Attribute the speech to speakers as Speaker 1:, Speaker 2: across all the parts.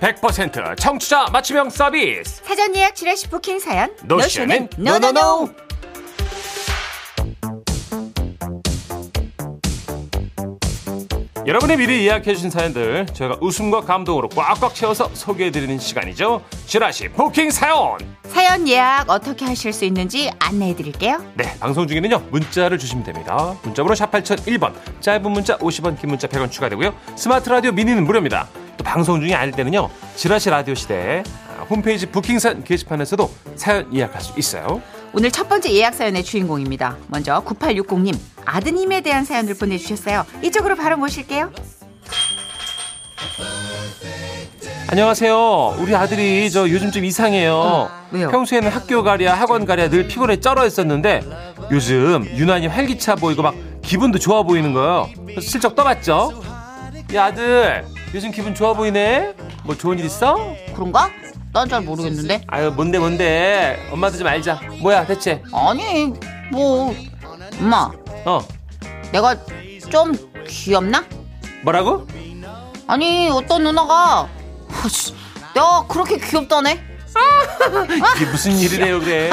Speaker 1: 100% 청취자 맞춤형 서비스
Speaker 2: 사전 예약 지라시 부킹 사연
Speaker 1: 노션은
Speaker 2: 노노노
Speaker 1: 노노노. 여러분이 미리 예약해 주신 사연들 저희가 웃음과 감동으로 꽉꽉 채워서 소개해 드리는 시간이죠 지라시 부킹 사연
Speaker 2: 사연 예약 어떻게 하실 수 있는지 안내해 드릴게요.
Speaker 1: 네, 방송 중에는요. 문자를 주시면 됩니다. 문자번호 샵 8001번. 짧은 문자 50원, 긴 문자 100원 추가되고요. 스마트 라디오 미니는 무료입니다. 또 방송 중이 아닐 때는요. 지라시 라디오 시대 아, 홈페이지 부킹산 게시판에서도 사연 예약할 수 있어요.
Speaker 2: 오늘 첫 번째 예약 사연의 주인공입니다. 먼저 9860님 아드님에 대한 사연을 보내주셨어요. 이쪽으로 바로 모실게요.
Speaker 1: 안녕하세요. 우리 아들이 저 요즘 좀 이상해요.
Speaker 2: 아, 왜요?
Speaker 1: 평소에는 학교 가랴 학원 가랴 늘 피곤해 쩔어 있었는데 요즘 유난히 활기차 보이고 막 기분도 좋아 보이는 거예요. 그래서 슬쩍 떠봤죠. 야 아들 요즘 기분 좋아 보이네. 뭐 좋은 일 있어?
Speaker 2: 그런가? 난 잘 모르겠는데.
Speaker 1: 아유 뭔데 뭔데 엄마도 좀 알자 뭐야 대체
Speaker 2: 아니 뭐 엄마
Speaker 1: 어
Speaker 2: 내가 좀 귀엽나?
Speaker 1: 뭐라고
Speaker 2: 아니 어떤 누나가 아씨, 내가 그렇게 귀엽다네. 아,
Speaker 1: 이게 무슨 일이래요 그래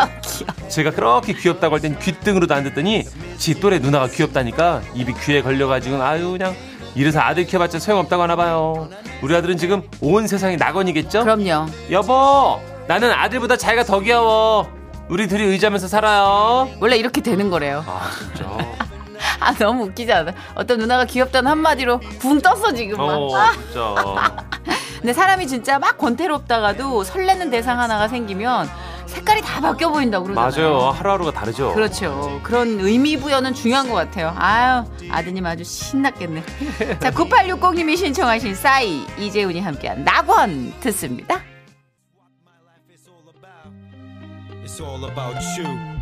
Speaker 1: 제가 그렇게 귀엽다고 할 땐 귓등으로도 안 듣더니 지 또래 누나가 귀엽다니까 입이 귀에 걸려가지고 아유 그냥 이래서 아들 키워봤자 소용없다고 하나 봐요 우리 아들은 지금 온 세상이 낙원이겠죠
Speaker 2: 그럼요.
Speaker 1: 여보 나는 아들보다 자기가 더 귀여워 우리 둘이 의지하면서 살아요
Speaker 2: 원래 이렇게 되는 거래요.
Speaker 1: 아 진짜
Speaker 2: 아 너무 웃기지 않아? 어떤 누나가 귀엽다는 한마디로 붕 떴어 지금 막.
Speaker 1: 어
Speaker 2: 아,
Speaker 1: 진짜
Speaker 2: 근데 사람이 진짜 막 권태롭다가도 설레는 대상 하나가 생기면 색깔이 다 바뀌어 보인다 고 그러잖아요.
Speaker 1: 맞아요 하루하루가 다르죠
Speaker 2: 그렇죠. 그런 의미 부여는 중요한 것 같아요. 아유, 아드님 아주 신났겠네. 자, 9860님이 신청하신 싸이, 이재훈이 함께한 낙원 듣습니다.
Speaker 3: It's all about you.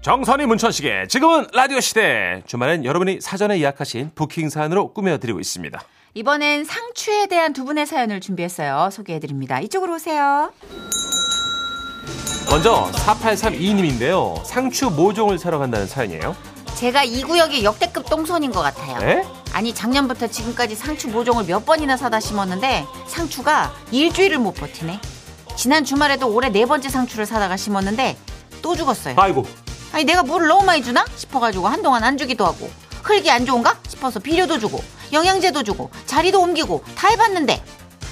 Speaker 1: 정선이 문천식의 지금은 라디오 시대 주말엔 여러분이 사전에 예약하신 부킹 사연으로 꾸며드리고 있습니다
Speaker 2: 이번엔 상추에 대한 두 분의 사연을 준비했어요. 소개해드립니다. 이쪽으로 오세요.
Speaker 1: 먼저 4832님인데요 상추 모종을 사러 간다는 사연이에요
Speaker 2: 제가 이 구역의 역대급 똥손인 것 같아요.
Speaker 1: 에?
Speaker 2: 아니 작년부터 지금까지 상추 모종을 몇 번이나 사다 심었는데 상추가 일주일을 못 버티네. 지난 주말에도 올해 네 번째 상추를 사다가 심었는데 또 죽었어요.
Speaker 1: 아이고
Speaker 2: 아니 내가 물을 너무 많이 주나 싶어가지고 한동안 안 주기도 하고 흙이 안 좋은가 싶어서 비료도 주고 영양제도 주고 자리도 옮기고 다 해봤는데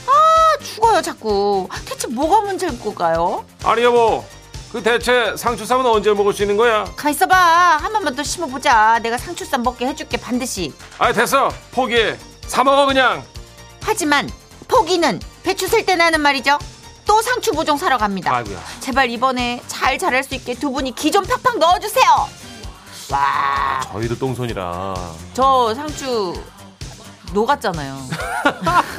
Speaker 2: 아 죽어요 자꾸 대체 뭐가 문제인 걸까요?
Speaker 1: 아니 여보 그 대체 상추 사면 언제 먹을 수 있는 거야
Speaker 2: 가 있어봐 한 번만 더 심어보자 내가 상추쌈 먹게 해줄게 반드시
Speaker 1: 아 됐어 포기해 사 먹어 그냥
Speaker 2: 하지만 포기는 배추 쓸 때는 하는 말이죠 또 상추 보종 사러 갑니다
Speaker 1: 아이고야
Speaker 2: 제발 이번에 잘 자랄 수 있게 두 분이 기 좀 팍팍 넣어주세요 와
Speaker 1: 저희도 똥손이라
Speaker 2: 저 상추 녹았잖아요.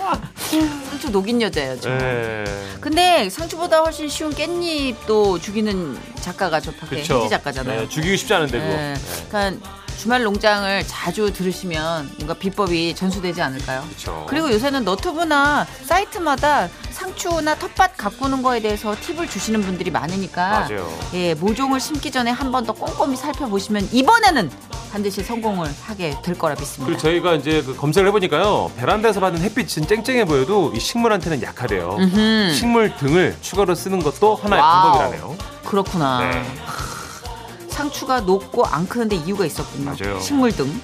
Speaker 2: 상추 녹인 여자예요, 저.
Speaker 1: 에...
Speaker 2: 네, 근데 상추보다 훨씬 쉬운 깻잎도 죽이는 작가가 저 밖에
Speaker 1: 그쵸
Speaker 2: 혜지 작가잖아요.
Speaker 1: 네, 죽이고 싶지 않은데 그거
Speaker 2: 네. 그러니까 주말 농장을 자주 들으시면 뭔가 비법이 전수되지 않을까요?
Speaker 1: 그쵸
Speaker 2: 그리고 요새는 너튜브나 사이트마다 상추나 텃밭 가꾸는 거에 대해서 팁을 주시는 분들이 많으니까
Speaker 1: 맞아요
Speaker 2: 예, 모종을 심기 전에 한 번 더 꼼꼼히 살펴보시면 이번에는 반드시 성공을 하게 될 거라 믿습니다.
Speaker 1: 그리고 저희가 이제 그 검색을 해보니까요 베란다에서 받는 햇빛은 쨍쨍해 보여도 이 식물한테는 약하대요
Speaker 2: 음흠.
Speaker 1: 식물 등을 추가로 쓰는 것도 하나의
Speaker 2: 와우.
Speaker 1: 방법이라네요
Speaker 2: 그렇구나.
Speaker 1: 네.
Speaker 2: 상추가 녹고 안 크는데 이유가 있었군요.
Speaker 1: 맞아요.
Speaker 2: 식물 등.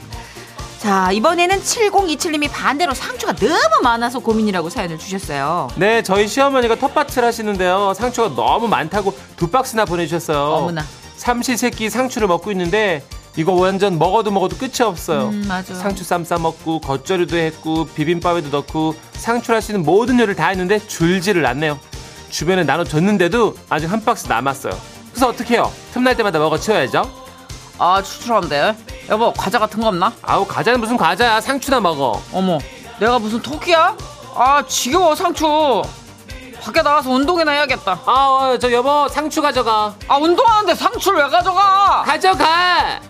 Speaker 2: 자, 이번에는 7027님이 반대로 상추가 너무 많아서 고민이라고 사연을 주셨어요.
Speaker 1: 네 저희 시어머니가 텃밭을 하시는데요 상추가 너무 많다고 두 박스나 보내주셨어요
Speaker 2: 어머나.
Speaker 1: 삼시세끼 상추를 먹고 있는데 이거 완전 먹어도 먹어도 끝이 없어요
Speaker 2: 음, 맞아.
Speaker 1: 상추 쌈 싸먹고 겉절이도 했고 비빔밥에도 넣고 상추를 할수 있는 모든 요리를 다 했는데 줄지를 않네요 주변에 나눠줬는데도 아직 한 박스 남았어요 그래서 어떻게 해요 틈날 때마다 먹어 치워야죠
Speaker 4: 아 추출한데 여보 과자 같은 거 없나?
Speaker 1: 아우 과자는 무슨 과자야 상추나 먹어
Speaker 4: 어머 내가 무슨 토끼야? 아 지겨워 상추 밖에 나가서 운동이나 해야겠다
Speaker 1: 어, 아저 여보 상추 가져가
Speaker 4: 아 운동하는데 상추를 왜 가져가
Speaker 1: 가져가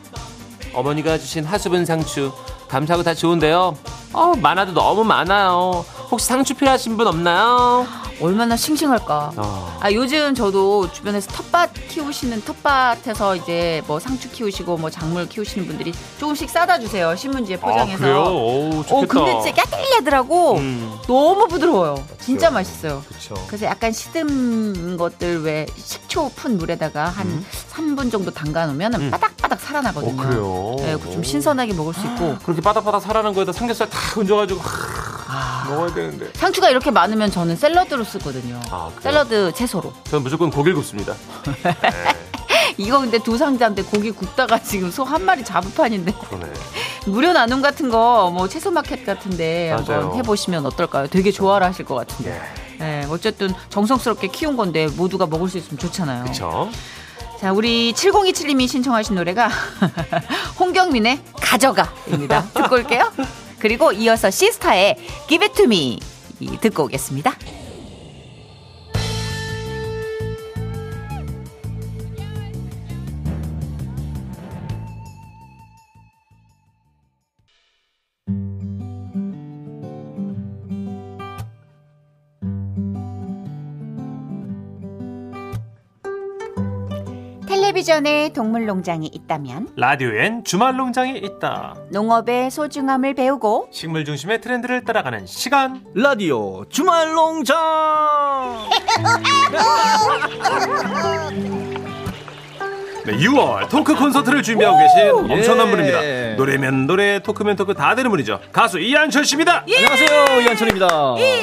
Speaker 1: 어머니가 주신 하수분 상추 감사하고 다 좋은데요 어 많아도 너무 많아요 혹시 상추 필요하신 분 없나요
Speaker 2: 얼마나 싱싱할까.
Speaker 1: 아,
Speaker 2: 아 요즘 저도 주변에서 텃밭 키우시는 텃밭에서 이제 뭐 상추 키우시고 뭐 작물 키우시는 분들이 조금씩 싸다 주세요 신문지에
Speaker 1: 아, 그래요?
Speaker 2: 포장해서.
Speaker 1: 오,
Speaker 2: 어
Speaker 1: 좋겠다.
Speaker 2: 근데 진짜 야들야들하고
Speaker 1: 음,
Speaker 2: 너무 부드러워요. 진짜 맛있어요.
Speaker 1: 그쵸.
Speaker 2: 그래서 약간 시든 것들 왜 식초 푼 물에다가 한
Speaker 1: 음.
Speaker 2: 3분 정도 담가 놓으면
Speaker 1: 음.
Speaker 2: 은 바닥바닥 살아나거든요.
Speaker 1: 어, 그래요? 아.
Speaker 2: 네, 좀 신선하게 먹을 수 있고
Speaker 1: 그렇게 바닥바닥 살아난 거에다 삼겹살 다 얹어가지고
Speaker 2: 아.
Speaker 1: 먹어야 되는데.
Speaker 2: 상추가 이렇게 많으면 저는 샐러드로 쓰거든요.
Speaker 1: 아, 그래요?
Speaker 2: 샐러드 채소로.
Speaker 1: 저는 무조건 고기를 굽습니다.
Speaker 2: 이거 근데 두 상자인데 고기 굽다가 지금 소 한 마리 잡을판인데
Speaker 1: 그러네.
Speaker 2: 무료 나눔 같은 거 뭐 채소 마켓 같은데
Speaker 1: 맞아요.
Speaker 2: 한번 해보시면 어떨까요? 되게 좋아하실 것 같은데.
Speaker 1: 예,
Speaker 2: 네, 어쨌든 정성스럽게 키운 건데 모두가 먹을 수 있으면 좋잖아요.
Speaker 1: 그쵸.
Speaker 2: 자, 우리 7027님이 신청하신 노래가 홍경민의 가져가입니다. 듣고 올게요. 그리고 이어서 시스타의 Give It To Me 이 듣고 오겠습니다.
Speaker 5: 텔레비전에 동물농장이 있다면
Speaker 1: 라디오엔 주말 농장이 있다.
Speaker 5: 농업의 소중함을 배우고
Speaker 1: 식물 중심의 트렌드를 따라가는 시간.
Speaker 6: 어,
Speaker 3: 라디오 주말 농장
Speaker 1: 네, 6월 토크 콘서트를 준비하고 계신 엄청난
Speaker 3: 예.
Speaker 1: 분입니다. 노래면 노래, 토크면 토크 다 되는 분이죠. 가수 이한철 씨입니다.
Speaker 2: 예!
Speaker 3: 안녕하세요 이한철입니다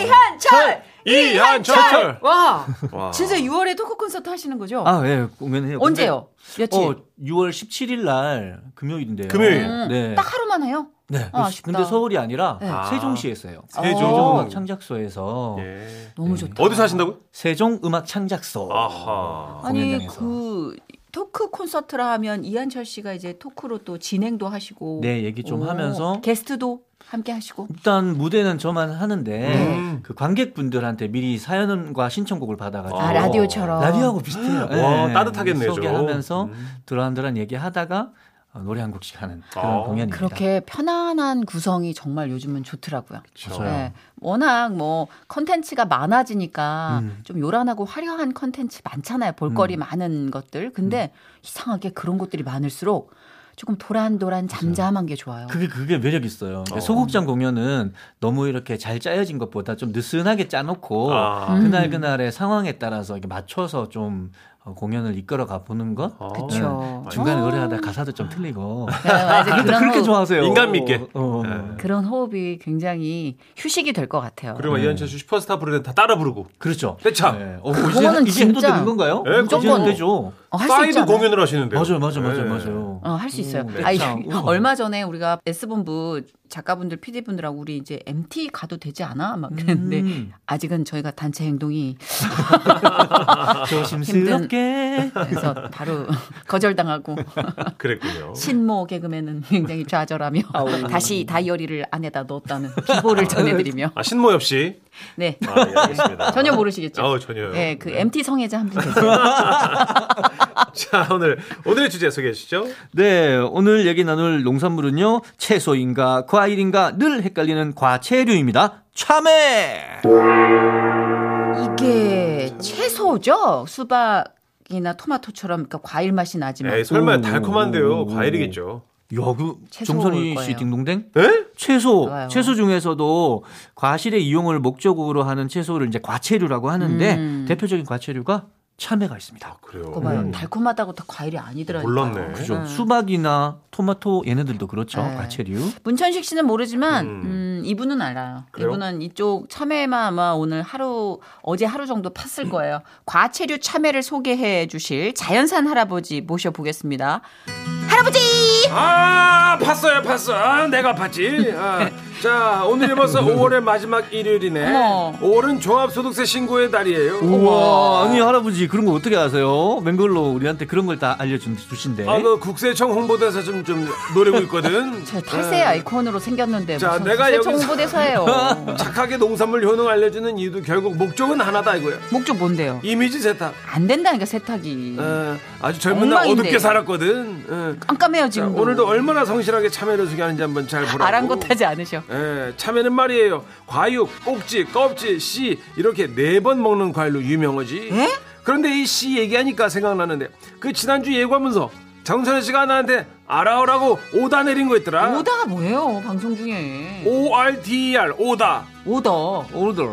Speaker 2: 한철!
Speaker 1: 이한철.
Speaker 2: 와,
Speaker 1: 와.
Speaker 2: 진짜 6월에 토크 콘서트 하시는 거죠?
Speaker 6: 아예 공연해요. 근데,
Speaker 2: 언제요? 며칠?
Speaker 6: 어 6월 17일 날 금요일인데요.
Speaker 1: 금요일.
Speaker 6: 네.
Speaker 2: 음, 딱 하루만 해요?
Speaker 6: 네.
Speaker 2: 아,
Speaker 6: 그-
Speaker 2: 아쉽다.
Speaker 6: 근데
Speaker 2: 네.
Speaker 6: 서울이 아니라
Speaker 1: 아.
Speaker 6: 세종시에서요. 세종
Speaker 1: 세종.
Speaker 6: 음악 창작소에서
Speaker 1: 예.
Speaker 2: 너무 좋다.
Speaker 1: 어디서 하신다고? 요
Speaker 6: 세종 음악 창작소
Speaker 1: 아하.
Speaker 2: 아니
Speaker 6: 공연장에서
Speaker 2: 그 토크 콘서트라 하면 이한철 씨가 이제 토크로 또 진행도 하시고
Speaker 6: 네 얘기 좀
Speaker 2: 오,
Speaker 6: 하면서
Speaker 2: 게스트도 함께 하시고
Speaker 6: 일단 무대는 저만 하는데
Speaker 1: 음.
Speaker 6: 그 관객분들한테 미리 사연과 신청곡을 받아가지고
Speaker 2: 아, 라디오처럼.
Speaker 6: 라디오하고 비슷해요.
Speaker 1: 와, 따뜻하겠네요, 좀.
Speaker 6: 네. 소개하면서
Speaker 1: 음.
Speaker 6: 드란드란 얘기하다가 어, 노래 한 곡씩 하는 그런
Speaker 1: 아.
Speaker 6: 공연입니다.
Speaker 2: 그렇게 편안한 구성이 정말 요즘은 좋더라고요.
Speaker 6: 맞아요.
Speaker 2: 네. 워낙 뭐 컨텐츠가 많아지니까
Speaker 6: 음.
Speaker 2: 좀 요란하고 화려한 컨텐츠 많잖아요. 볼거리
Speaker 6: 음.
Speaker 2: 많은 것들. 근데 이상하게 그런 것들이 많을수록 조금 도란도란 잠잠한 게 좋아요.
Speaker 6: 그게 그게 매력 있어요.
Speaker 1: 어.
Speaker 6: 소극장 공연은 너무 이렇게 잘 짜여진 것보다 좀 느슨하게 짜놓고
Speaker 1: 아.
Speaker 2: 음.
Speaker 6: 그날 그날의 상황에 따라서 이렇게 맞춰서 좀 어, 공연을 이끌어가 보는 것.
Speaker 1: 아.
Speaker 2: 그쵸.
Speaker 6: 네. 중간에 노래하다 가사도 좀 틀리고.
Speaker 2: 네, 맞아요.
Speaker 6: 근데
Speaker 2: 그런
Speaker 6: 그렇게
Speaker 2: 호흡-
Speaker 6: 좋아하세요.
Speaker 1: 인간 믿게.
Speaker 6: 어, 어.
Speaker 1: 네.
Speaker 2: 그런 호흡이 굉장히 휴식이 될 것 같아요.
Speaker 1: 그리고
Speaker 6: 네.
Speaker 1: 이한철 씨 슈퍼스타 부르는 다 따라 부르고.
Speaker 6: 그렇죠.
Speaker 1: 그쵸?
Speaker 6: 네. 어,
Speaker 2: 그거는
Speaker 6: 이제, 이제 해도
Speaker 2: 진짜
Speaker 6: 되는 건가요?
Speaker 1: 예,
Speaker 6: 이제는
Speaker 2: 무조건.
Speaker 6: 되죠.
Speaker 2: 어, 할수
Speaker 1: 사이드
Speaker 2: 있잖아요.
Speaker 1: 공연을 하시는데요.
Speaker 6: 맞아요, 네. 맞아요, 맞아요,
Speaker 1: 예.
Speaker 6: 맞아요.
Speaker 2: 어, 할 수 있어요.
Speaker 6: 음,
Speaker 2: 아니,
Speaker 6: 참, 우와.
Speaker 2: 얼마 전에 우리가 S본부 작가분들, PD분들하고 우리 이제 MT 가도 되지 않아? 막 그랬는데
Speaker 6: 음,
Speaker 2: 아직은 저희가 단체 행동이 아,
Speaker 6: 조심스럽게.
Speaker 2: 그래서 바로 거절당하고
Speaker 1: 그랬군요.
Speaker 2: 신모 개그맨은 굉장히 좌절하며 다시 다이어리를 안에다 넣었다는 비보를 전해드리며
Speaker 1: 아, 신모엽 씨.
Speaker 2: 네
Speaker 1: 아, 예, 알겠습니다.
Speaker 2: 전혀 모르시겠죠?
Speaker 1: 어, 전혀요.
Speaker 2: 네, 그 MT 성애자 한 분 계세요.
Speaker 1: 자, 오늘 오늘의 주제 소개해 주시죠.
Speaker 6: 네, 오늘 얘기 나눌 농산물은요, 채소인가 과일인가 늘 헷갈리는 과채류입니다. 참외!
Speaker 2: 이게 채소죠? 수박이나 토마토처럼 그러니까 과일 맛이 나지만
Speaker 1: 에이, 네, 설마
Speaker 6: 오.
Speaker 1: 달콤한데요. 과일이겠죠. 네?
Speaker 6: 야, 그
Speaker 2: 채소일
Speaker 6: 정선희 씨
Speaker 2: 거예요.
Speaker 6: 딩동댕?
Speaker 1: 에?
Speaker 6: 채소,
Speaker 2: 좋아요.
Speaker 6: 채소 중에서도 과실의 이용을 목적으로 하는 채소를 이제 과채류라고 하는데
Speaker 2: 음.
Speaker 6: 대표적인 과채류가 참외가 있습니다.
Speaker 1: 아, 그래요.
Speaker 2: 그거 봐요.
Speaker 6: 음.
Speaker 2: 달콤하다고 다 과일이 아니더라고요.
Speaker 1: 몰랐네.
Speaker 6: 그죠? 수박이나 토마토 얘네들도 그렇죠.
Speaker 2: 음. 네.
Speaker 6: 과채류.
Speaker 2: 문천식 씨는 모르지만
Speaker 1: 음.
Speaker 2: 음. 이분은 알아요.
Speaker 1: 그래요?
Speaker 2: 이분은 이쪽 참외만 아마 오늘 하루 어제 하루 정도
Speaker 1: 음.
Speaker 2: 팠을 거예요. 과채류 참외를 소개해 주실 자연산 할아버지 모셔보겠습니다. 할아버지
Speaker 1: 아, 팠어요, 팠어. 아, 내가 팠지. 아, 자, 오늘이 벌써 5월의 마지막 일요일이네.
Speaker 2: 어머.
Speaker 1: 5월은 종합소득세 신고의 달이에요.
Speaker 6: 우와, 아니 할아버지 그런 거 어떻게 아세요? 맨걸로 우리한테 그런 걸 다 알려준 주신데.
Speaker 1: 아, 그 국세청 홍보대사 좀, 좀 노리고 있거든.
Speaker 2: 저 탈세 아이콘으로 생겼는데
Speaker 1: 네. 자,
Speaker 2: 무슨
Speaker 1: 내가
Speaker 2: 세청
Speaker 1: 여기서-
Speaker 2: 홍보대사예요.
Speaker 1: 착하게 농산물 효능 알려주는 이유도 결국 목적은 하나다 이거야.
Speaker 2: 목적 뭔데요?
Speaker 1: 이미지 세탁.
Speaker 2: 안 된다니까 세탁이
Speaker 1: 어, 아주 젊은 날
Speaker 2: 엉망인데. 음.
Speaker 1: 어둡게 살았거든. 어.
Speaker 2: 깜깜해요
Speaker 1: 자,
Speaker 2: 지금.
Speaker 1: 오늘도 얼마나 성실하게 참여를 소개하는지 한번 잘 보라고.
Speaker 2: 아랑곳하지 않으셔.
Speaker 3: 예, 참외는 말이에요. 과육, 꼭지, 껍질, 씨 이렇게 네 번 먹는 과일로 유명하지. 그런데 이 씨 얘기하니까 생각나는데 그 지난주 예고하면서 정선혜 씨가 나한테 알아오라고 오다 내린 거 있더라.
Speaker 2: 오다가 뭐예요? 방송 중에.
Speaker 3: O R D E R 오다.
Speaker 2: 오다.
Speaker 7: 오르돌.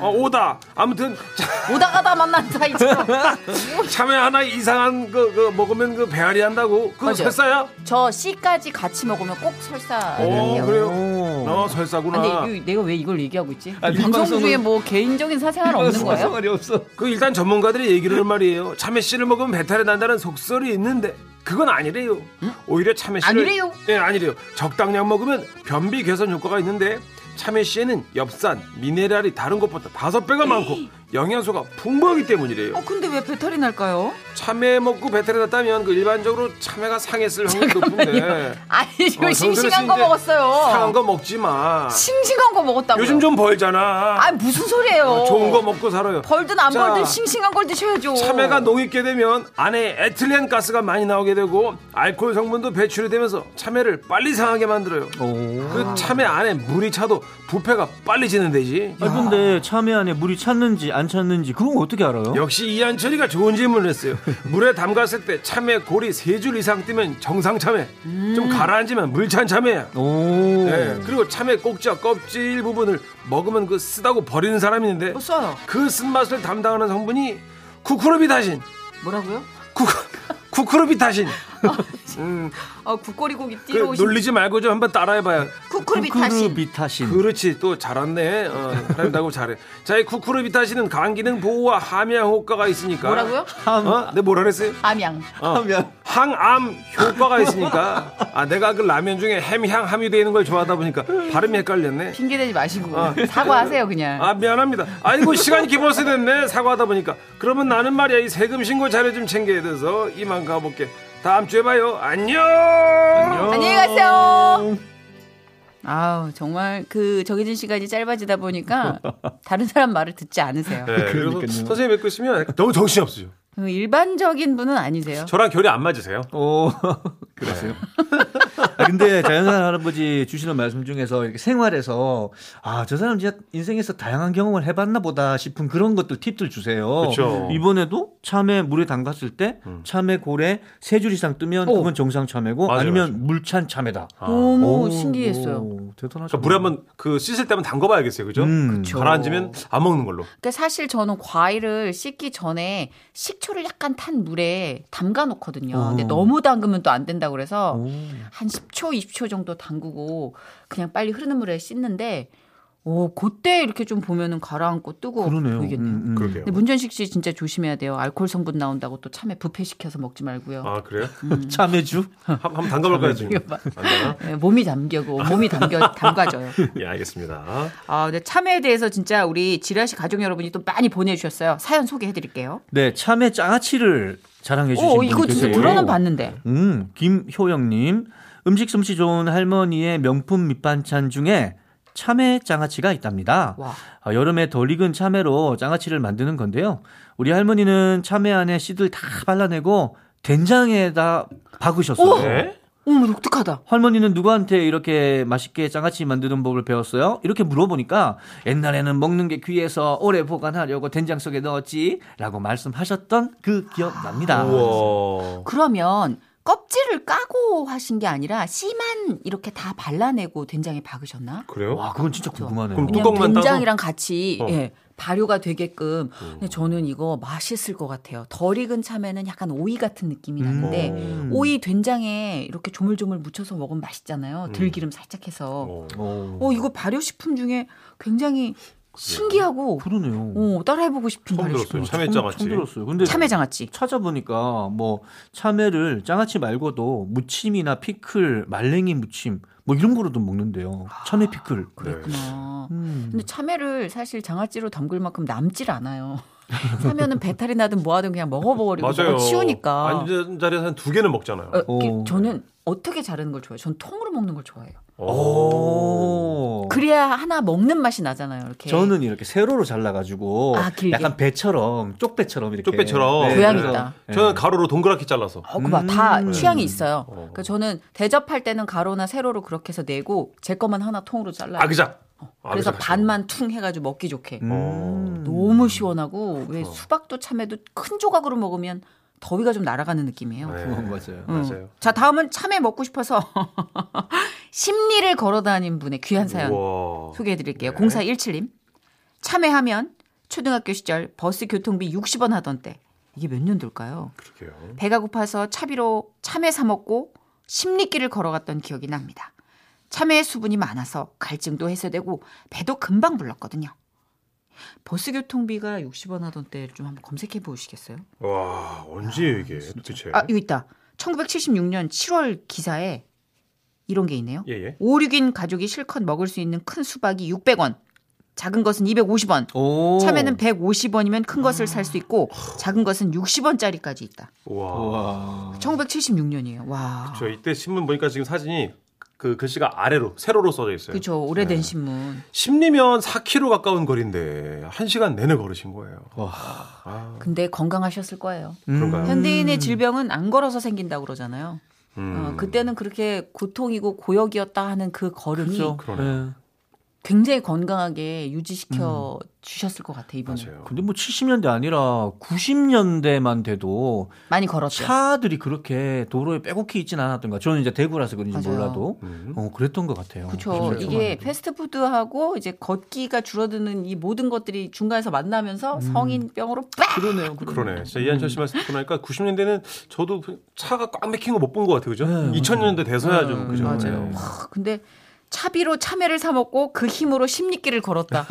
Speaker 3: 어, 오다. 아무튼 참-
Speaker 2: 오다가다 만난 사이처럼.
Speaker 3: 참외 하나 이상한 거, 그 먹으면 그 배앓이 한다고. 그거
Speaker 8: 맞아요.
Speaker 3: 설사야?
Speaker 8: 저 씨까지 같이 먹으면 꼭 설사.
Speaker 1: 어,
Speaker 3: 오 어, 그래요?
Speaker 6: 오.
Speaker 3: 어 설사구나.
Speaker 2: 근데 이거 내가 왜 이걸 얘기하고 있지?
Speaker 7: 아,
Speaker 2: 방송
Speaker 7: 뒷방송은-
Speaker 2: 중에 뭐 개인적인 사생활 없는 거예요?
Speaker 7: 사생활이 아, 없어.
Speaker 3: 그 일단 전문가들이 얘기를 말이에요. 참외 씨를 먹으면 배탈이 난다는 속설이 있는데 그건 아니래요. 오히려 참외 씨를
Speaker 2: 아니래요?
Speaker 3: 네, 아니래요. 적당량 먹으면 변비 개선 효과가 있는데 참외 씨에는 엽산, 미네랄이 다른 것보다 다섯 배가 많고 영양소가 풍부하기 때문이래요.
Speaker 2: 어, 근데 왜 배탈이 날까요?
Speaker 3: 참외 먹고 배탈이 났다면 그 일반적으로 참외가 상했을 확률이 높은데
Speaker 2: 아니, 이거
Speaker 3: 어,
Speaker 2: 싱싱한
Speaker 3: 정선혜
Speaker 2: 거
Speaker 3: 씨 이제 상한
Speaker 2: 먹었어요.
Speaker 3: 거 먹지 마.
Speaker 2: 싱싱한 거 먹었다고.
Speaker 3: 요즘 좀 벌잖아.
Speaker 2: 아, 무슨 소리예요?
Speaker 3: 좋은 거 먹고 살아요.
Speaker 2: 벌든 안
Speaker 3: 자,
Speaker 2: 벌든 싱싱한 걸 드셔야죠.
Speaker 3: 참외가 농익게 되면 안에 에틸렌 가스가 많이 나오게 되고 알코올 성분도 배출이 되면서 참외를 빨리 상하게 만들어요. 그 참외 안에 물이 차도 부패가 빨리 지는데지.
Speaker 6: 아 근데 참외 안에 물이 찼는지 안 찼는지 그건 어떻게 알아요?
Speaker 3: 역시 이한철이가 좋은 질문을 했어요. 물에 담갔을 때 참외 골이 세 줄 이상 뜨면 정상 참외. 좀 가라앉으면 물찬 참외야.
Speaker 6: 오.
Speaker 3: 예, 그리고 참외 꼭지와 껍질 부분을 먹으면 그 쓰다고 버리는 사람이 있는데
Speaker 2: 뭐 써요?
Speaker 3: 그 쓴맛을 담당하는 성분이 쿠쿠르비타신.
Speaker 2: 뭐라고요?
Speaker 3: 쿠 쿠쿠르비타신. 음,
Speaker 2: 아, 국거리 고기
Speaker 3: 그
Speaker 2: 띠로 오신
Speaker 3: 놀리지 말고 좀 한번 따라해봐요.
Speaker 6: 쿠쿠르 비타신.
Speaker 3: 그렇지 또 잘한네. 어, 한다고 잘해. 자, 이 쿠쿠르비타신은 간 기능 보호와 함양 효과가 있으니까.
Speaker 2: 뭐라고요?
Speaker 3: 어? 내 뭐라 그랬어요?
Speaker 2: 암양.
Speaker 6: 하면
Speaker 3: 항암 효과가 있으니까. 아, 내가 그 라면 중에 햄향 함유돼 있는 걸 좋아하다 보니까 발음이 헷갈렸네.
Speaker 2: 핑계 대지 마시고
Speaker 3: 아.
Speaker 2: 사과하세요 그냥.
Speaker 3: 아 미안합니다. 아이고 시간이 기버스 됐네 사과하다 보니까. 그러면 나는 말이야 이 세금 신고 자료 좀 챙겨야 돼서 이만 가볼게. 다음 주에 봐요. 안녕.
Speaker 2: 안녕히 가세요.
Speaker 3: 음.
Speaker 2: 아우 정말 그 정해진 시간이 짧아지다 보니까 다른 사람 말을 듣지 않으세요.
Speaker 3: 네, 그래서 선생님 뵙고 있으면 너무 정신이 없어요.
Speaker 2: 그 일반적인 분은 아니세요.
Speaker 3: 저랑 결이 안 맞으세요?
Speaker 6: 오, 그러세요. 아, 근데 자연산 할아버지 주시는 말씀 중에서 이렇게 생활에서 아, 저 사람 진짜 인생에서 다양한 경험을 해봤나 보다 싶은 그런 것들 팁들 주세요.
Speaker 3: 그쵸. 음.
Speaker 6: 이번에도 참외 물에 담갔을 때 참외 고래 세 줄 이상 뜨면 그건 정상 참외고
Speaker 3: 맞아요, 아.
Speaker 6: 아니면 물찬 참외다.
Speaker 2: 너무
Speaker 6: 아. 오,
Speaker 2: 신기했어요.
Speaker 6: 오,
Speaker 3: 그러니까
Speaker 6: 대단하죠.
Speaker 3: 물에 한번 그 씻을 때 한번 담궈봐야겠어요, 그죠?
Speaker 6: 음.
Speaker 2: 그쵸.
Speaker 3: 가라앉으면 안 먹는 걸로.
Speaker 2: 그러니까 사실 저는 과일을 씻기 전에 식초를 약간 탄 물에 담가 놓거든요. 근데
Speaker 6: 어.
Speaker 2: 너무 담그면 또 안 된다 그래서
Speaker 6: 오.
Speaker 2: 한 10초, 20초 정도 담그고 그냥 빨리 흐르는 물에 씻는데 오, 그때 이렇게 좀 보면은 가라앉고 뜨고
Speaker 6: 그러네요.
Speaker 2: 보이겠네요.
Speaker 6: 음, 음.
Speaker 3: 그러게요.
Speaker 2: 근데 문전식 씨 진짜 조심해야 돼요. 알코올 성분 나온다고 또 참외 부패시켜서 먹지 말고요.
Speaker 3: 아 그래요?
Speaker 6: 참외주?
Speaker 3: 한- 한번 담가볼까요 지금?
Speaker 2: 음. 이거 봐.
Speaker 3: 안 되나?
Speaker 2: 네, 몸이 담겨고 몸이 담겨 담가져요.
Speaker 3: 예, 알겠습니다.
Speaker 2: 아, 근데 참외에 대해서 진짜 우리 지라시 가족 여러분이 또 많이 보내주셨어요. 사연 소개해드릴게요.
Speaker 6: 네, 참외 장아찌를
Speaker 3: 네,
Speaker 6: 자랑해 주신
Speaker 2: 오,
Speaker 6: 분
Speaker 2: 어, 이거 진짜
Speaker 6: 계세요.
Speaker 2: 들어는 봤는데.
Speaker 6: 음, 김효영님 음식 솜씨 좋은 할머니의 명품 밑반찬 중에 참외 장아찌가 있답니다.
Speaker 2: 와.
Speaker 6: 아, 여름에 덜 익은 참외로 장아찌를 만드는 건데요. 우리 할머니는 참외 안에 씨들 다 발라내고 된장에다 박으셨어요.
Speaker 3: 네.
Speaker 2: 어머, 독특하다.
Speaker 6: 할머니는 누구한테 이렇게 맛있게 장아찌 만드는 법을 배웠어요? 이렇게 물어보니까 옛날에는 먹는 게 귀해서 오래 보관하려고 된장 속에 넣었지라고 말씀하셨던 그 기억 납니다.
Speaker 3: 아, 우와.
Speaker 2: 그러면 껍질을 까고 하신 게 아니라 씨만 이렇게 다 발라내고 된장에 박으셨나?
Speaker 3: 그래요?
Speaker 6: 와, 그건 진짜
Speaker 2: 그렇죠.
Speaker 6: 궁금하네요.
Speaker 3: 그럼
Speaker 2: 그냥
Speaker 3: 뚜껑만 따서?
Speaker 2: 된장이랑 같이
Speaker 3: 어.
Speaker 2: 예, 발효가 되게끔. 근데 저는 이거 맛있을 것 같아요. 덜 익은 참외는 약간 오이 같은 느낌이 나는데
Speaker 3: 어.
Speaker 6: 음.
Speaker 2: 네. 오이 된장에 이렇게 조물조물 묻혀서 먹으면 맛있잖아요. 들기름 살짝 해서.
Speaker 3: 음. 어.
Speaker 6: 어.
Speaker 2: 어 이거 발효 식품 중에 굉장히 신기하고
Speaker 6: 그러네요.
Speaker 2: 어, 따라해보고 싶은
Speaker 3: 처음
Speaker 2: 발효 식품.
Speaker 3: 들었어요. 참외장아찌. 네.
Speaker 6: 처음 들었어요. 근데
Speaker 2: 참외장아찌.
Speaker 6: 찾아보니까 뭐 참외를 장아찌 말고도 무침이나 피클, 말랭이 무침 뭐 이런 거로도 먹는데요. 참외 피클.
Speaker 2: 아, 그렇구나.
Speaker 6: 음.
Speaker 2: 근데 참외를 사실 장아찌로 담글 만큼 남질 않아요. 사면은 배탈이 나든 뭐하든 그냥 먹어버리고
Speaker 3: 맞아요.
Speaker 2: 먹어 치우니까.
Speaker 3: 앉은 자리에서 한 두 개는 먹잖아요.
Speaker 2: 어, 기-
Speaker 6: 어.
Speaker 2: 저는 어떻게 자르는 걸 좋아해요? 전 통으로 먹는 걸 좋아해요.
Speaker 6: 오.
Speaker 2: 그래야 하나 먹는 맛이 나잖아요. 이렇게.
Speaker 6: 어. 저는 이렇게 세로로 잘라가지고
Speaker 2: 아, 길게.
Speaker 6: 약간 배처럼 쪽배처럼 이렇게
Speaker 3: 쪽배처럼.
Speaker 2: 모양이
Speaker 6: 그래서,
Speaker 2: 있다.
Speaker 6: 네.
Speaker 3: 저는 가로로 동그랗게 잘라서.
Speaker 2: 어, 그봐. 다
Speaker 6: 음.
Speaker 2: 취향이 있어요. 그러니까 저는 대접할 때는 가로나 세로로 그렇게 해서 내고 제 것만 하나 통으로 잘라요.
Speaker 3: 아기자.
Speaker 2: 어, 그래서
Speaker 3: 아기자기식.
Speaker 2: 반만 퉁 해가지고 먹기 좋게.
Speaker 3: 어.
Speaker 6: 음.
Speaker 2: 너무 시원하고 왜 수박도 참외도 큰 조각으로 먹으면 더위가 좀 날아가는 느낌이에요.
Speaker 3: 네.
Speaker 6: 그건 맞아요.
Speaker 2: 음.
Speaker 3: 맞아요.
Speaker 2: 자 다음은 참외 먹고 싶어서 심리를 걸어다닌 분의 귀한 사연
Speaker 3: 우와. 네.
Speaker 2: 소개해드릴게요. 0417님 참외하면 초등학교 시절 버스 교통비 60원 하던 때 이게 몇 년도일까요?
Speaker 3: 그러게요.
Speaker 2: 배가 고파서 차비로 참외 사 먹고 십리길을 걸어갔던 기억이 납니다. 참외에 수분이 많아서 갈증도 해소되고 배도 금방 불렀거든요. 버스 교통비가 60원 하던 때를 좀 한번 검색해 보시겠어요?
Speaker 3: 와, 언제 이게 도대체.
Speaker 2: 아, 이거 있다. 1976년 7월 기사에 이런 게 있네요.
Speaker 3: 예, 예.
Speaker 2: 5, 6인 가족이 실컷 먹을 수 있는 큰 수박이 600원, 작은 것은 250원,
Speaker 6: 오.
Speaker 2: 참외는 150원이면 큰 것을 살 수 있고 작은 것은 60원짜리까지 있다.
Speaker 3: 아. 우와. 어.
Speaker 6: 와.
Speaker 2: 1976년이에요. 와.
Speaker 3: 저 이때 신문 보니까 지금 사진이 그 글씨가 아래로 세로로 써져 있어요.
Speaker 2: 그죠 오래된 신문.
Speaker 3: 심리면 4km 가까운 거리인데 1시간 내내 걸으신 거예요. 아,
Speaker 2: 근데 건강하셨을 거예요.
Speaker 3: 음. 그런가요?
Speaker 6: 음.
Speaker 2: 현대인의 질병은 안 걸어서 생긴다고 그러잖아요.
Speaker 3: 음.
Speaker 2: 어, 그때는 그렇게 고통이고 고역이었다 하는 그 걸음이
Speaker 3: 그러네.
Speaker 6: 네.
Speaker 2: 굉장히 건강하게 유지시켜 주셨을 것 같아 이분은.
Speaker 3: 맞아요.
Speaker 6: 근데 뭐 70년대 아니라 90년대만 돼도
Speaker 2: 많이 걸었죠.
Speaker 6: 차들이 그렇게 도로에 빼곡히 있진 않았던 가 저는 이제 대구라서 그런지
Speaker 2: 맞아요.
Speaker 6: 몰라도
Speaker 3: 음.
Speaker 6: 어, 음, 그랬던 것 같아요.
Speaker 2: 그렇죠. 이게 패스트푸드하고 이제 걷기가 줄어드는 이 모든 것들이 중간에서 만나면서 성인병으로 빡
Speaker 6: 음. 그러네요. 음.
Speaker 3: 그러네. 진짜 이한철 씨 말씀 듣고 나니까 90년대는 저도 그 차가 꽉 막힌 거 못 본 것 같아요. 그죠?
Speaker 6: 네,
Speaker 3: 2000년대 돼서야 좀 그죠?
Speaker 6: 맞아요.
Speaker 3: 네.
Speaker 2: 아, 근데 차비로 참외를 사 먹고 그 힘으로 십리길을 걸었다.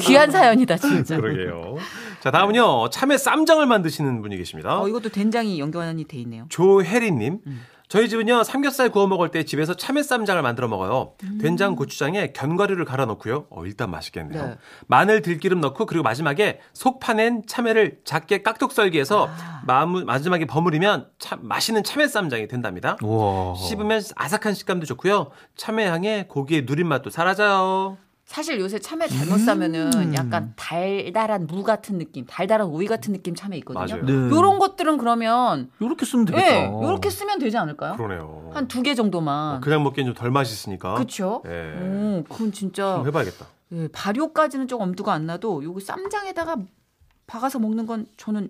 Speaker 2: 귀한 사연이다 진짜.
Speaker 3: 그러게요. 네. 자, 다음은요. 참외 쌈장을 만드시는 분이 계십니다.
Speaker 2: 어, 이것도 된장이 연관이 돼 있네요.
Speaker 3: 조혜리님.
Speaker 2: 음.
Speaker 3: 저희 집은요 삼겹살 구워 먹을 때 집에서 참외 쌈장을 만들어 먹어요.
Speaker 2: 음.
Speaker 3: 된장 고추장에 견과류를 갈아 넣고요. 어 일단 맛있겠네요.
Speaker 2: 네.
Speaker 3: 마늘 들기름 넣고 그리고 마지막에 속 파낸 참외를 작게 깍둑 썰기해서
Speaker 2: 아.
Speaker 3: 마무- 마지막에 버무리면 참 맛있는 참외 쌈장이 된답니다.
Speaker 6: 와.
Speaker 3: 씹으면 아삭한 식감도 좋고요. 참외 향에 고기의 누린 맛도 사라져요.
Speaker 2: 사실 요새 참외 잘못 사면은 약간 달달한 무 같은 느낌, 달달한 오이 같은 느낌 참외 있거든요.
Speaker 3: 맞아요.
Speaker 6: 네.
Speaker 2: 요런 것들은 그러면
Speaker 6: 요렇게 쓰면
Speaker 2: 예,
Speaker 6: 되겠다.
Speaker 2: 요렇게 쓰면 되지 않을까요?
Speaker 3: 그러네요.
Speaker 2: 한 두 개 정도만.
Speaker 3: 어, 그냥 먹기엔 좀 덜 맛있으니까.
Speaker 2: 그렇죠?
Speaker 3: 예.
Speaker 2: 오, 그건 진짜
Speaker 3: 한번 해봐야겠다.
Speaker 2: 예, 발효까지는 좀 엄두가 안 나도 요거 쌈장에다가 박아서 먹는 건 저는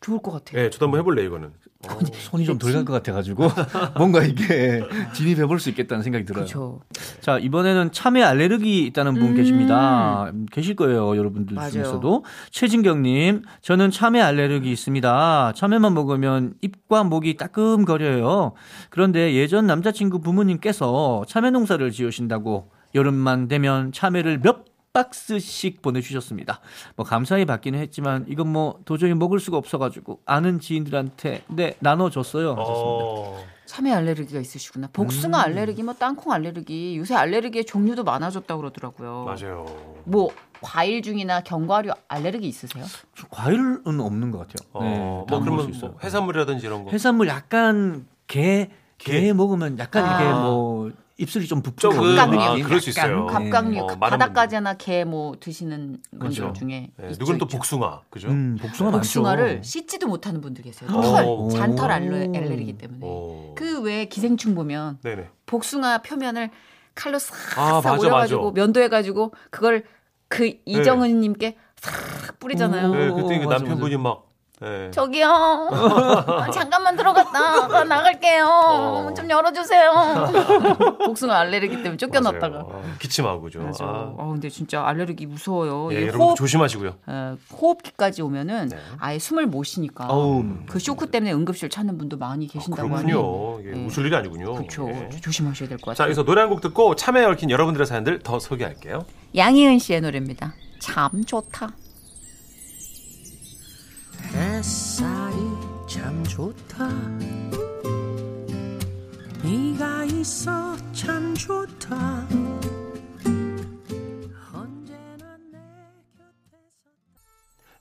Speaker 2: 좋을 것 같아요.
Speaker 3: 예, 저도 한번 해볼래 이거는. 어.
Speaker 6: 손이 좀 덜 간 것 같아가지고 뭔가 이게 진입해볼 수 있겠다는 생각이 들어요.
Speaker 2: 그렇죠.
Speaker 6: 자 이번에는 참외 알레르기 있다는 분
Speaker 2: 음.
Speaker 6: 계십니다. 계실 거예요 여러분들
Speaker 2: 맞아요.
Speaker 6: 중에서도 최진경님 저는 참외 알레르기 있습니다. 참외만 먹으면 입과 목이 따끔거려요. 그런데 예전 남자친구 부모님께서 참외 농사를 지으신다고 여름만 되면 참외를 몇 박스씩 보내주셨습니다. 뭐 감사히 받기는 했지만 이건 뭐 도저히 먹을 수가 없어가지고 아는 지인들한테 네 나눠줬어요. 하셨습니다.
Speaker 3: 어.
Speaker 2: 참외 알레르기가 있으시구나. 복숭아 알레르기, 뭐 땅콩 알레르기, 요새 알레르기의 종류도 많아졌다고 그러더라고요.
Speaker 3: 맞아요.
Speaker 2: 뭐 과일 중이나 견과류 알레르기 있으세요?
Speaker 6: 저 과일은 없는 것 같아요.
Speaker 3: 어,
Speaker 6: 네, 다
Speaker 3: 뭐
Speaker 6: 먹을
Speaker 3: 그러면
Speaker 6: 수 있어요.
Speaker 3: 뭐 해산물이라든지 이런 거.
Speaker 6: 해산물 약간 게, 게, 먹으면 약간 이게 뭐 입술이 좀 붓고
Speaker 2: 뭐
Speaker 3: 조금,
Speaker 6: 그런
Speaker 3: 아,
Speaker 6: 느낌?
Speaker 3: 그럴 수 있어요.
Speaker 6: 약간.
Speaker 3: 네.
Speaker 2: 갑각류,
Speaker 3: 어, 많은
Speaker 2: 바닷가재나 게 뭐 드시는 분들
Speaker 3: 그렇죠.
Speaker 2: 중에
Speaker 3: 네,
Speaker 2: 있죠,
Speaker 3: 누구는 또
Speaker 2: 있죠.
Speaker 3: 복숭아, 그죠?
Speaker 6: 음, 복숭아 많죠.
Speaker 2: 네. 복숭아를 씻지도 못하는 분들 계세요.
Speaker 3: 어.
Speaker 2: 털,
Speaker 3: 오. 어.
Speaker 2: 잔털 알레, 알레르기 때문에.
Speaker 1: 어.
Speaker 3: 오.
Speaker 2: 그 외에 기생충 보면
Speaker 3: 네네.
Speaker 2: 복숭아 표면을 칼로 싹
Speaker 3: 아, 맞아,
Speaker 2: 올려가지고
Speaker 3: 맞아.
Speaker 2: 면도해가지고 그걸 그 이정은님께 싹 뿌리잖아요.
Speaker 3: 네, 그때 그
Speaker 6: 맞아,
Speaker 3: 남편분이 막. 네.
Speaker 8: 저기요. 아, 잠깐만 들어갔다. 아, 나갈게요.
Speaker 3: 어.
Speaker 8: 좀 열어주세요.
Speaker 2: 복숭아 알레르기 때문에 쫓겨났다가.
Speaker 3: 맞아요. 아, 기침하고 그죠.
Speaker 2: 맞아.
Speaker 3: 아.
Speaker 2: 아, 근데 진짜 알레르기 무서워요.
Speaker 3: 예,
Speaker 2: 이
Speaker 3: 여러분
Speaker 2: 호흡,
Speaker 3: 조심하시고요.
Speaker 2: 어, 호흡기까지 오면은
Speaker 3: 네.
Speaker 2: 아예 숨을 못 쉬니까
Speaker 6: 어우,
Speaker 2: 그 쇼크 때문에 응급실 찾는 분도 많이 계신다고 하니.
Speaker 3: 그렇군요. 예,
Speaker 2: 네.
Speaker 3: 웃을 일이 아니군요.
Speaker 2: 그렇죠.
Speaker 3: 예.
Speaker 2: 조심하셔야 될 것
Speaker 3: 자,
Speaker 2: 같아요.
Speaker 3: 여기서 노래 한 곡 듣고 참여에 얽힌 여러분들의 사연들 더 소개할게요.
Speaker 2: 양희은 씨의 노래입니다. 참 좋다.
Speaker 9: 햇살이 참 좋다 네가 있어 참 좋다 언제나 내 곁에서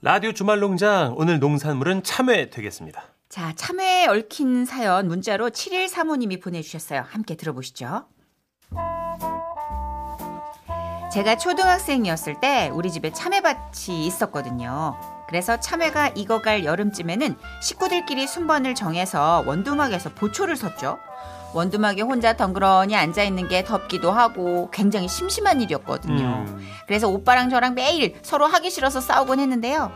Speaker 3: 라디오 주말 농장 오늘 농산물은 참외 되겠습니다.
Speaker 2: 자, 참외에 얽힌 사연 문자로 7일 사모님이 보내주셨어요. 함께 들어보시죠. 제가 초등학생이었을 때 우리 집에 참외밭이 있었거든요. 그래서 참외가 익어갈 여름쯤에는 식구들끼리 순번을 정해서 원두막에서 보초를 섰죠. 원두막에 혼자 덩그러니 앉아 있는 게 덥기도 하고 굉장히 심심한 일이었거든요. 그래서 오빠랑 저랑 매일 서로 하기 싫어서 싸우곤 했는데요.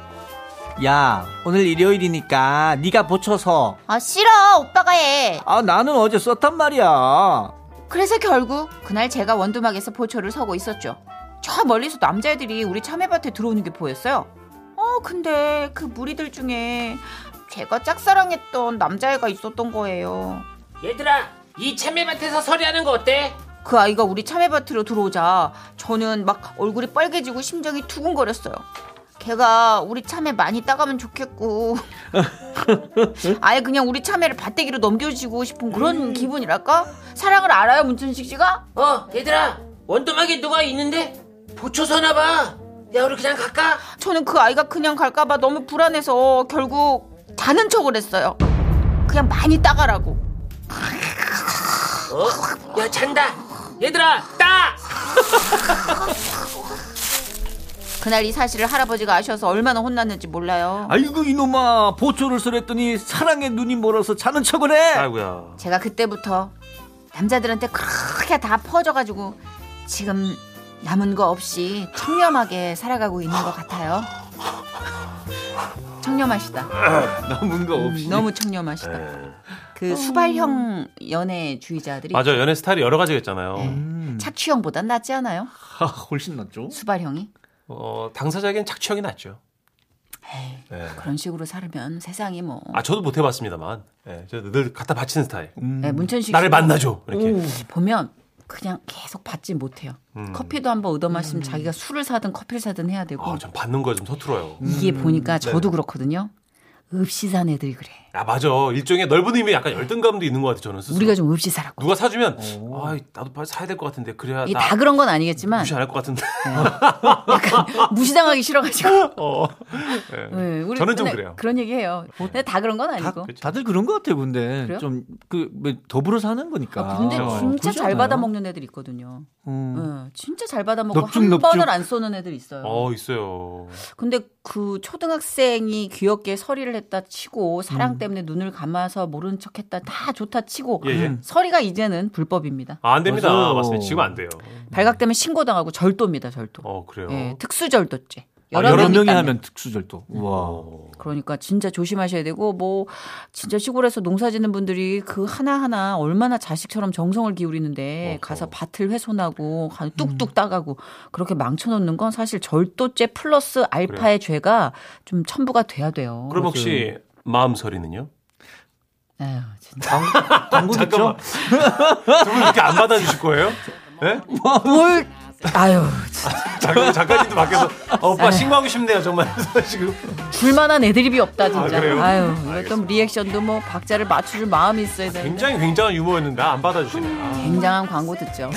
Speaker 6: 야, 오늘 일요일이니까 네가 보쳐서.
Speaker 1: 아 싫어 오빠가 해.
Speaker 6: 아, 나는 어제 썼단 말이야.
Speaker 2: 그래서 결국 그날 제가 원두막에서 보초를 서고 있었죠. 저 멀리서 남자애들이 우리 참외밭에 들어오는 게 보였어요. 어, 근데 그 무리들 중에 제가 짝사랑했던 남자애가 있었던 거예요.
Speaker 10: 얘들아 이 참외밭에서 서리하는 거 어때?
Speaker 2: 그 아이가 우리 참외밭으로 들어오자 저는 막 얼굴이 빨개지고 심장이 두근거렸어요. 걔가 우리 참외 많이 따가면 좋겠고 아예 그냥 우리 참외를 밭대기로 넘겨주고 싶은 그런 기분이랄까? 사랑을 알아요 문천식 씨가?
Speaker 10: 음. 어 얘들아 원두막에 누가 있는데 보초 서나 봐. 야 우리 그냥 갈까?
Speaker 2: 저는 그 아이가 그냥 갈까봐 너무 불안해서 결국 자는 척을 했어요. 그냥 많이 따가라고.
Speaker 10: 어? 야 잔다. 얘들아 따.
Speaker 2: 그날 이 사실을 할아버지가 아셔서 얼마나 혼났는지 몰라요.
Speaker 6: 아이고 이놈아, 보초를 쓰랬더니 사랑의 눈이 멀어서 자는 척을 해.
Speaker 3: 아이고야.
Speaker 2: 제가 그때부터 남자들한테 그렇게 다 퍼져가지고 지금 남은 거 없이 청렴하게 살아가고 있는 것 같아요. 청렴하시다.
Speaker 6: 남은 거 없이.
Speaker 2: 너무 청렴하시다. 그 수발형 연애주의자들이
Speaker 3: 음. 맞아 연애 스타일이 여러 가지가 있잖아요.
Speaker 6: 음.
Speaker 2: 착취형보단 낫지 않아요?
Speaker 6: 아, 훨씬 낫죠.
Speaker 2: 수발형이?
Speaker 3: 어, 당사자에겐 착취형이 낫죠. 예.
Speaker 2: 그런 식으로 살면 세상이 뭐.
Speaker 3: 아 저도 못 해봤습니다만, 예, 저도 늘 갖다 바치는 스타일.
Speaker 2: 네, 문천식
Speaker 3: 음. 나를
Speaker 2: 씨도
Speaker 3: 만나줘 이렇게.
Speaker 2: 음. 보면 그냥 계속 받지 못해요. 커피도 한번 얻어 마시면 자기가 술을 사든 커피를 사든 해야 되고
Speaker 3: 음. 아, 전 받는 거좀 서툴어요.
Speaker 2: 이게 보니까 저도 그렇거든요. 읍시산 애들이 그래.
Speaker 3: 아 맞아 일종의 넓은 의미의 약간 열등감도 있는 것 같아 요 저는 스스로.
Speaker 2: 우리가 좀 읍시살았고.
Speaker 3: 누가 사주면 아 나도 빨리 사야 될 것 같은데 그래야
Speaker 2: 이게
Speaker 3: 나
Speaker 2: 다 그런 건 아니겠지만
Speaker 3: 무시 안 할 것 같은데.
Speaker 2: 무시당하기 싫어가지고.
Speaker 3: 어. 예.
Speaker 2: 네, 우리
Speaker 3: 저는 좀
Speaker 2: 맨날
Speaker 3: 그래요.
Speaker 2: 그런 얘기해요. 근데 다 그런 건
Speaker 6: 다, 그러니까.
Speaker 2: 아니고.
Speaker 6: 다들 그런 것 같아요, 근데.
Speaker 2: 그래요?
Speaker 6: 좀, 그, 뭐, 더불어 사는 거니까.
Speaker 2: 아, 근데
Speaker 3: 어,
Speaker 2: 진짜
Speaker 6: 그렇지
Speaker 2: 잘
Speaker 6: 않아요?
Speaker 2: 받아먹는 애들 있거든요.
Speaker 6: 음.
Speaker 2: 네, 진짜 잘 받아먹고
Speaker 6: 넙죽,
Speaker 2: 한
Speaker 6: 넙죽.
Speaker 2: 번을 안 쏘는 애들 있어요.
Speaker 3: 어 있어요.
Speaker 2: 근데 그 초등학생이 귀엽게 서리를 했다 치고 사랑 때문에 눈을 감아서 모른 척했다 다 좋다 치고 음.
Speaker 3: 예 예.
Speaker 2: 서리가 이제는 불법입니다.
Speaker 3: 아, 안 됩니다.
Speaker 6: 맞아요.
Speaker 3: 맞습니다. 지금 안 돼요.
Speaker 2: 발각되면 신고당하고 절도입니다. 절도.
Speaker 3: 어 그래요. 아,
Speaker 2: 예, 특수절도죄.
Speaker 6: 아, 여러, 명이
Speaker 2: 따면.
Speaker 6: 하면 특수절도. 우와.
Speaker 2: 그러니까 진짜 조심하셔야 되고 뭐 진짜 시골에서 농사짓는 분들이 그 하나하나 얼마나 자식처럼 정성을 기울이는데
Speaker 3: 어허. 음.
Speaker 2: 가서 밭을 훼손하고 가- 뚝뚝 따가고 그렇게 망쳐놓는 건 사실 절도죄 플러스 알파의 죄가 좀 첨부가 돼야 돼요.
Speaker 3: 그럼 혹시 마음 서리는요?
Speaker 2: 에휴, 예, 진짜.
Speaker 6: 광고 듣죠?
Speaker 3: 두분 이렇게 안 받아주실 거예요? 예?
Speaker 2: 뭘 아유 진짜
Speaker 3: 잠깐 작가님도 밖에서 어, 오빠 신고하고 싶네요 정말 지금.
Speaker 2: 줄만한 애드립이 없다 진짜.
Speaker 3: 아, 그래요?
Speaker 2: 유 이거 좀 리액션도 뭐 박자를 맞출 마음이 있어야 되는데
Speaker 3: 굉장히 굉장한 유머였는데 안 받아주시네. 요
Speaker 2: 굉장한 광고 듣죠.